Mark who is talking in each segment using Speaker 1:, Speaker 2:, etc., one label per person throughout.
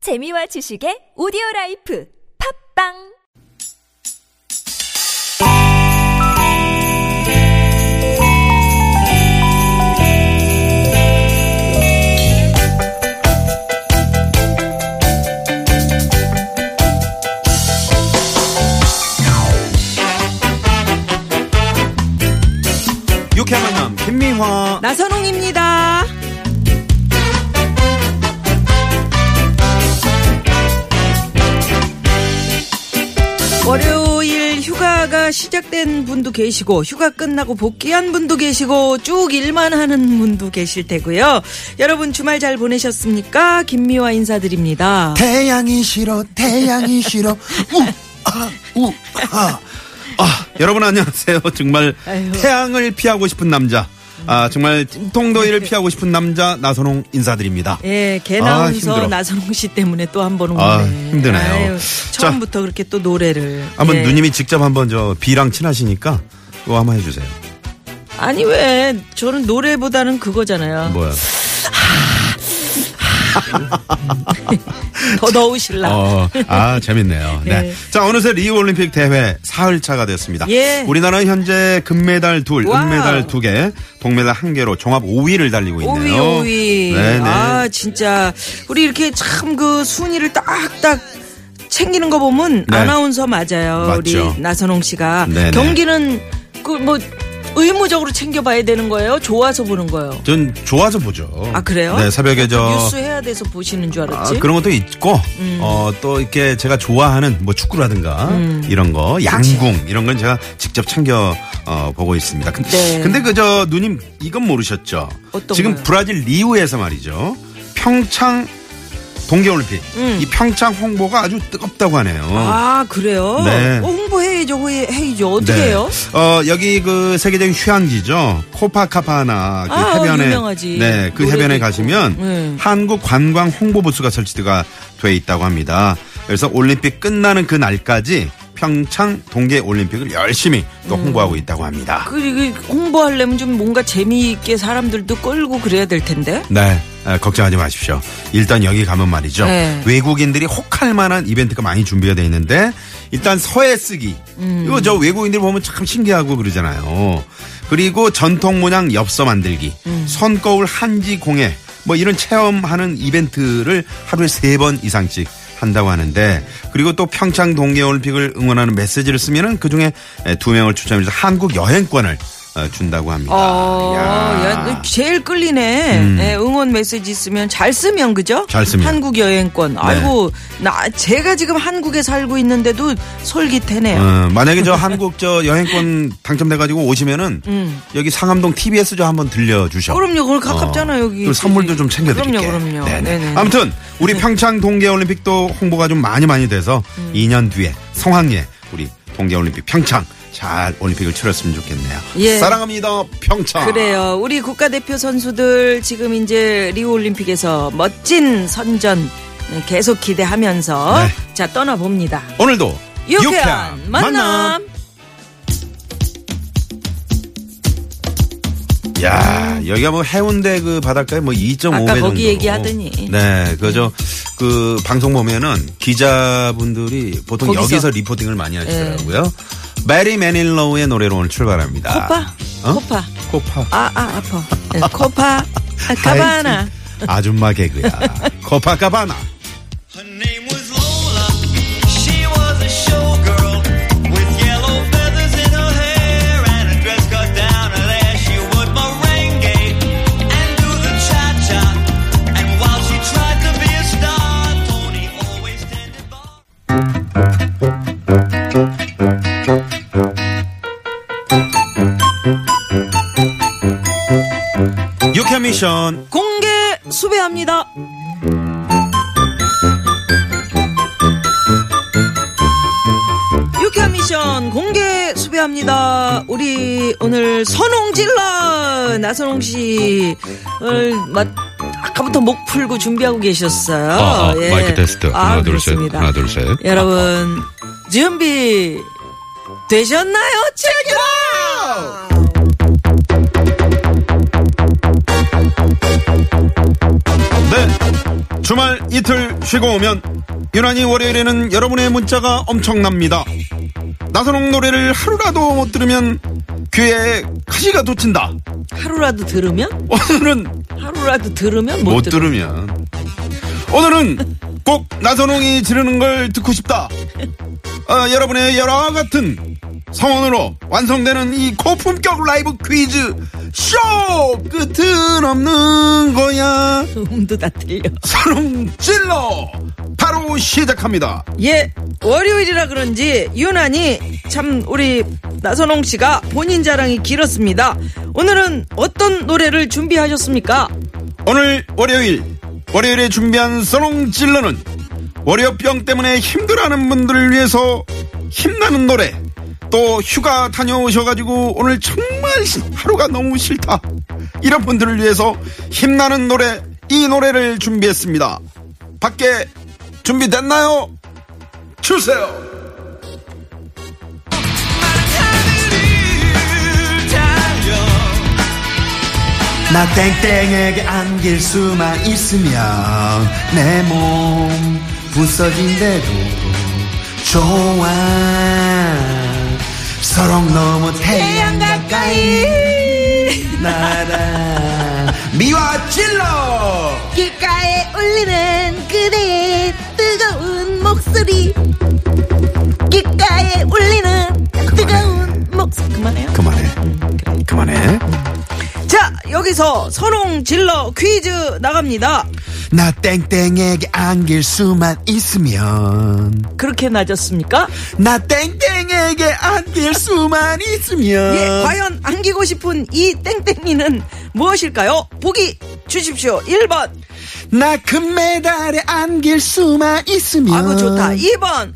Speaker 1: 재미와 지식의 오디오 라이프 팝빵
Speaker 2: 유쾌한 만남 김미화
Speaker 3: 나선홍입니다. 월요일 휴가가 시작된 분도 계시고 휴가 끝나고 복귀한 분도 계시고 쭉 일만 하는 분도 계실 테고요. 여러분 주말 잘 보내셨습니까? 김미화 인사드립니다.
Speaker 2: 태양이 싫어 태양이 싫어 아, 우아우아 아, 여러분 안녕하세요 정말
Speaker 3: 아유.
Speaker 2: 태양을 피하고 싶은 남자 아 정말 찜통더위를 피하고 싶은 남자 나선홍 인사드립니다
Speaker 3: 예,
Speaker 2: 아,
Speaker 3: 개나운서
Speaker 2: 힘들어.
Speaker 3: 나선홍 씨 때문에 또 한 번 오네.
Speaker 2: 아, 힘드네요.
Speaker 3: 아유,
Speaker 2: 자.
Speaker 3: 처음부터 그렇게 또 노래를.
Speaker 2: 한번
Speaker 3: 예.
Speaker 2: 누님이 직접 한번 저 비랑 친하시니까 또 한번 해주세요
Speaker 3: 아니 왜 저는 노래보다는 그거잖아요.
Speaker 2: 뭐야
Speaker 3: 더 더우실라.
Speaker 2: 어아 재밌네요
Speaker 3: 예.
Speaker 2: 네자 어느새 리우 올림픽 대회 사흘차가 됐습니다
Speaker 3: 예.
Speaker 2: 우리나라는 현재 금메달 둘
Speaker 3: 와우.
Speaker 2: 은메달 두 개 동메달 한 개로 종합 5위를 달리고 있네요
Speaker 3: 5위, 5위.
Speaker 2: 네네
Speaker 3: 아, 진짜. 우리 이렇게 참 그 순위를 딱딱 챙기는 거 보면
Speaker 2: 네.
Speaker 3: 아나운서 맞아요.
Speaker 2: 맞죠.
Speaker 3: 우리 나선홍 씨가.
Speaker 2: 네네.
Speaker 3: 경기는 그 뭐 의무적으로 챙겨봐야 되는 거예요? 좋아서 보는 거예요?
Speaker 2: 전 좋아서 보죠.
Speaker 3: 아, 그래요?
Speaker 2: 네, 새벽에 저
Speaker 3: 뉴스 해야 돼서 보시는 줄
Speaker 2: 아,
Speaker 3: 알았지? 음.
Speaker 2: 그런 것도 있고 어 또 이렇게 제가 좋아하는 뭐 축구라든가
Speaker 3: 음.
Speaker 2: 이런 거 양궁 이런 건 제가 직접 챙겨 어, 보고 있습니다. 근데,
Speaker 3: 네.
Speaker 2: 근데 그저 누님 이건 모르셨죠?
Speaker 3: 어떤
Speaker 2: 지금
Speaker 3: 거요?
Speaker 2: 브라질 리우에서 말이죠. 평창 동계올림픽 이 평창 홍보가 아주 뜨겁다고 하네요.
Speaker 3: 음. 아, 그래요?
Speaker 2: 네.
Speaker 3: 어, 홍보해야죠, 해- 해야죠. 어떻게
Speaker 2: 네.
Speaker 3: 해요?
Speaker 2: 어, 여기 그 세계적인 휴양지죠. 코파카파나 그
Speaker 3: 아,
Speaker 2: 해변에
Speaker 3: 유명하지.
Speaker 2: 네, 그
Speaker 3: 노래도
Speaker 2: 해변에
Speaker 3: 있고.
Speaker 2: 가시면
Speaker 3: 네.
Speaker 2: 한국 관광 홍보 부스가 설치가 돼 있다고 합니다. 그래서 올림픽 끝나는 그 날까지 평창 동계 올림픽을 열심히 또
Speaker 3: 음.
Speaker 2: 홍보하고 있다고 합니다.
Speaker 3: 그리고 홍보하려면 좀 뭔가 재미있게 사람들도 끌고 그래야 될 텐데.
Speaker 2: 네. 아, 걱정하지 마십시오. 일단 여기 가면 말이죠.
Speaker 3: 네.
Speaker 2: 외국인들이 혹할 만한 이벤트가 많이 준비가 돼 있는데 일단 서예 쓰기. 이거 저 외국인들 보면 참 신기하고 그러잖아요. 그리고 전통 문양 엽서 만들기, 손거울 한지 공예 뭐 이런 체험하는 이벤트를 하루에 세 번 이상씩 한다고 하는데 그리고 또 평창 동계올림픽을 응원하는 메시지를 쓰면은 그 중에 두 명을 추첨해서 한국 여행권을 어, 준다고 합니다.
Speaker 3: 어,
Speaker 2: 야.
Speaker 3: 야, 너 제일 끌리네. 예, 응원 메시지 있으면 잘 쓰면 그죠?
Speaker 2: 잘 쓰면.
Speaker 3: 한국 여행권. 아이고 나 제가 지금 한국에 살고 있는데도 솔깃해네요.
Speaker 2: 어, 만약에 저 한국 저 여행권 당첨돼가지고 오시면은 여기 상암동 TBS 저 한번 들려주셔.
Speaker 3: 음. 그럼요, 그걸 가깝잖아,
Speaker 2: 어,
Speaker 3: 여기.
Speaker 2: 그리고 선물도 좀 챙겨드릴게요.
Speaker 3: 그럼요, 그럼요.
Speaker 2: 네네.
Speaker 3: 네네. 음.
Speaker 2: 아무튼 우리 평창 동계올림픽도 홍보가 좀 많이 많이 돼서 2년 뒤에 성황리에 우리 동계올림픽 평창 잘 올림픽을 치렀으면 좋겠네요.
Speaker 3: 예.
Speaker 2: 사랑합니다 평창.
Speaker 3: 그래요. 우리 국가대표 선수들 지금 이제 리우올림픽에서 멋진 선전 계속 기대하면서
Speaker 2: 네.
Speaker 3: 자 떠나봅니다.
Speaker 2: 오늘도
Speaker 3: 유쾌한 만남.
Speaker 2: 야 여기가 뭐 해운대 그 바닷가에 뭐 2.5배
Speaker 3: 아까
Speaker 2: 정도.
Speaker 3: 거기 얘기하더니.
Speaker 2: 네, 그저 그 방송 보면은 기자분들이 보통
Speaker 3: 거기서. 네.
Speaker 2: 여기서 리포팅을 많이 하시더라고요. 메리 매닐로우의 노래로 오늘 출발합니다.
Speaker 3: 코파,
Speaker 2: 어?
Speaker 3: 코파.
Speaker 2: 코파.
Speaker 3: 아, 아, 아파. 네, 코파, 가바나.
Speaker 2: 하이틴 아줌마 개그야. 코파카바나.
Speaker 4: Her name was Lola. She was a showgirl with yellow feathers in her hair and a dress cut down her there. She would merengue and do the cha cha. And while she tried to be a star, Tony always standing by.
Speaker 2: 유캔 미션.
Speaker 3: 공개 수배합니다. 유쾌한 미션 공개 수배합니다. 우리 오늘 선홍질러 나선홍 씨, 오늘 막 아까부터 목 풀고 준비하고 계셨어요. 예.
Speaker 5: 아, 아, 마이크 테스트. 하나, 둘, 셋.
Speaker 3: 그렇습니다.
Speaker 5: 하나, 둘, 셋.
Speaker 3: 여러분 준비 되셨나요? 체크라!
Speaker 2: 네. 주말 이틀 쉬고 오면 유난히 월요일에는 여러분의 문자가 엄청납니다. 나선홍 노래를 하루라도 못 들으면 귀에 가시가 돋친다.
Speaker 3: 하루라도 들으면?
Speaker 2: 오늘은
Speaker 3: 하루라도 들으면
Speaker 2: 못,
Speaker 3: 못, 들어.
Speaker 2: 들으면 오늘은 꼭 나선홍이 지르는 걸 듣고 싶다. 아, 여러분의 열화 같은 성원으로 완성되는 이 고품격 라이브 퀴즈 쇼 끝은 없는 거야.
Speaker 3: 음도 다 들려.
Speaker 2: 소름 질러 바로 시작합니다.
Speaker 3: 예, 월요일이라 그런지 유난히 참 우리 나선홍 씨가 본인 자랑이 길었습니다. 오늘은 어떤 노래를 준비하셨습니까?
Speaker 2: 오늘 월요일 월요일에 준비한 소름 질러는 월요병 때문에 힘들어하는 분들을 위해서 힘나는 노래 또 휴가 다녀오셔가지고 오늘 정말 시- 하루가 너무 싫다 이런 분들을 위해서 힘나는 노래 이 노래를 준비했습니다. 밖에 준비됐나요? 주세요.
Speaker 6: 나 땡땡에게 안길 수만 있으면 내 몸 부서진대도 좋아 서롱 너무 태양 가까이 날아 미워 질러
Speaker 7: 귓가에 울리는 그대의 뜨거운 목소리 귓가에 울리는 뜨거운 목소리
Speaker 3: 그만해요.
Speaker 2: 그만해. 그만해.
Speaker 3: 자, 여기서 선홍 질러 퀴즈 나갑니다.
Speaker 6: 나 땡땡에게 안길 수만 있으면
Speaker 3: 그렇게 낮았습니까?
Speaker 6: 나 땡땡에게 안길 수만 있으면
Speaker 3: 예, 과연 안기고 싶은 이 땡땡이는 무엇일까요? 보기 주십시오. 1번.
Speaker 6: 나 금메달에 안길 수만 있으면
Speaker 3: 아, 그거 좋다. 2번.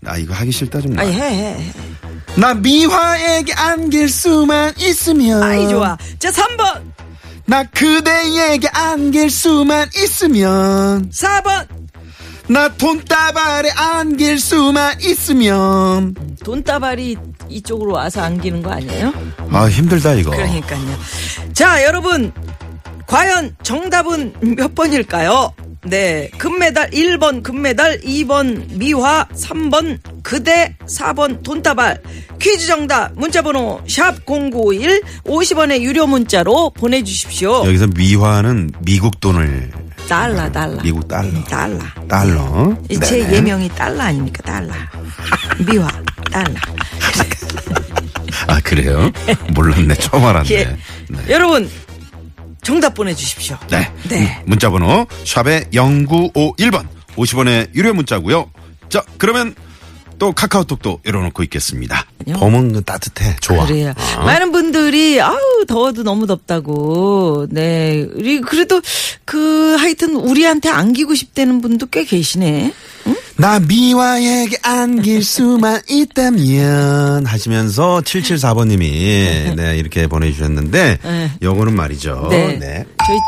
Speaker 2: 나 이거 하기 싫다 좀.
Speaker 3: 아니, 해, 해. 해. 아.
Speaker 6: 나 미화에게 안길 수만 있으면
Speaker 3: 아이, 좋아. 자, 3번.
Speaker 6: 나 그대에게 안길 수만 있으면
Speaker 3: 4번.
Speaker 6: 나 돈다발에
Speaker 2: 아-
Speaker 6: 안길 수만 있으면
Speaker 3: 돈다발이 이쪽으로 와서 안기는 거 아니에요?
Speaker 2: 아 힘들다 이거.
Speaker 3: 그러니까요. 자, 여러분. 과연 정답은 몇 번일까요? 네. 금메달 1번, 금메달 2번, 미화 3번, 그대 4번, 돈다발. 퀴즈 정답, 문자번호 샵0951, 50원의 유료 문자로 보내주십시오.
Speaker 2: 여기서 미화는 미국 돈을
Speaker 3: 달라, 달라.
Speaker 2: 미국 달러.
Speaker 3: 달라.
Speaker 2: 달러.
Speaker 3: 이 제 예명이 달라 아닙니까? 달라. 미화, 달라.
Speaker 2: 아 그래요? 몰랐네. 처음 알았네.
Speaker 3: 예.
Speaker 2: 네.
Speaker 3: 여러분, 정답 보내주십시오.
Speaker 2: 네.
Speaker 3: 네.
Speaker 2: 문- 문자번호 샵의 0951번 50원의 유료 문자고요. 자 그러면 또 카카오톡도 열어놓고 있겠습니다. 봄은 그 따뜻해. 좋아.
Speaker 3: 그래요. 많은 분들이 아우 더워도 너무 덥다고. 네. 우리 그래도 그 하여튼 우리한테 안기고 싶다는 분도 꽤 계시네.
Speaker 6: 나 미화에게 안길 수만 있다면
Speaker 2: 하시면서 774번님이 네 이렇게 보내주셨는데
Speaker 3: 네.
Speaker 2: 요거는 말이죠. 네.
Speaker 3: 저희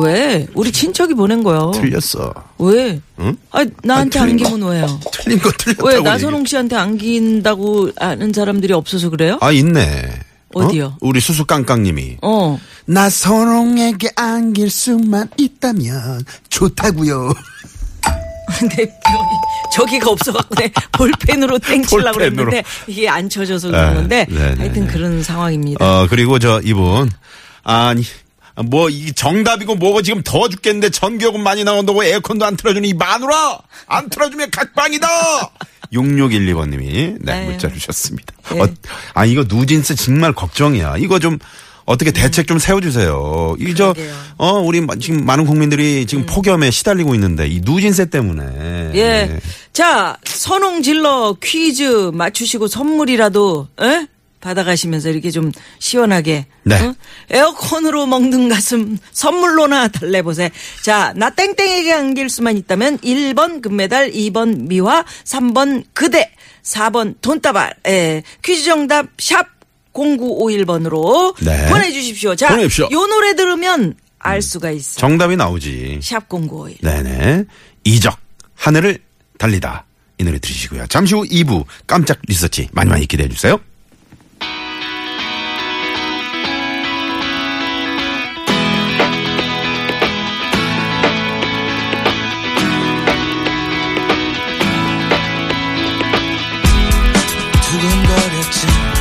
Speaker 3: 왜 우리 친척이 보낸 거요.
Speaker 2: 틀렸어.
Speaker 3: 왜?
Speaker 2: 응?
Speaker 3: 아 나한테
Speaker 2: 아, 틀린
Speaker 3: 안기면 왜요?
Speaker 2: 틀린 거 틀렸다고.
Speaker 3: 왜
Speaker 2: 얘기-
Speaker 3: 나선홍 씨한테 안긴다고 아는 사람들이 없어서 그래요?
Speaker 2: 아 있네. 어?
Speaker 3: 어디요?
Speaker 2: 우리 수수깡깡님이.
Speaker 3: 어.
Speaker 6: 나 선홍에게 안길 수만 있다면 좋다고요.
Speaker 3: 근데 여기, 네, 저기가 없어갖고 내 볼펜으로 땡칠라
Speaker 2: 볼펜으로.
Speaker 3: 그랬는데 이게 안 쳐져서
Speaker 2: 네,
Speaker 3: 그런 건데
Speaker 2: 네, 네,
Speaker 3: 하여튼
Speaker 2: 네.
Speaker 3: 그런 상황입니다.
Speaker 2: 어, 그리고 저 이분. 아니, 뭐, 이 정답이고 뭐고 지금 더워 죽겠는데 전기요금 많이 나온다고 에어컨도 안 틀어주는 이 마누라! 안 틀어주면 각방이다! 6612번님이, 네,
Speaker 3: 아유.
Speaker 2: 문자 주셨습니다.
Speaker 3: 예.
Speaker 2: 어, 아, 이거 누진스 정말 걱정이야. 이거 좀. 어떻게 대책 좀 세워주세요. 이 저,
Speaker 3: 음. 그러게요. 음.
Speaker 2: 어, 우리 마- 지금 많은 국민들이 지금 폭염에 시달리고 있는데 이 누진세 때문에.
Speaker 3: 예.
Speaker 2: 네.
Speaker 3: 자, 선홍 질러 퀴즈 맞추시고 선물이라도, 에? 받아가시면서 이렇게 좀 시원하게.
Speaker 2: 네.
Speaker 3: 어? 에어컨으로 먹는 가슴 선물로나 달래보세요. 자, 나 땡땡에게 안길 수만 있다면 1번 금메달, 2번 미화, 3번 그대, 4번 돈다발. 예. 퀴즈 정답 샵 0951번으로
Speaker 2: 네.
Speaker 3: 보내주십시오. 자,
Speaker 2: 보내십시오. 음.
Speaker 3: 요 노래 들으면 알 수가 있어요.
Speaker 2: 정답이 나오지.
Speaker 3: 샵 0951.
Speaker 2: 네네. 이적, 하늘을 달리다. 이 노래 들으시고요. 잠시 후 2부 깜짝 리서치 많이 많이 기대해 주세요.
Speaker 4: 말했지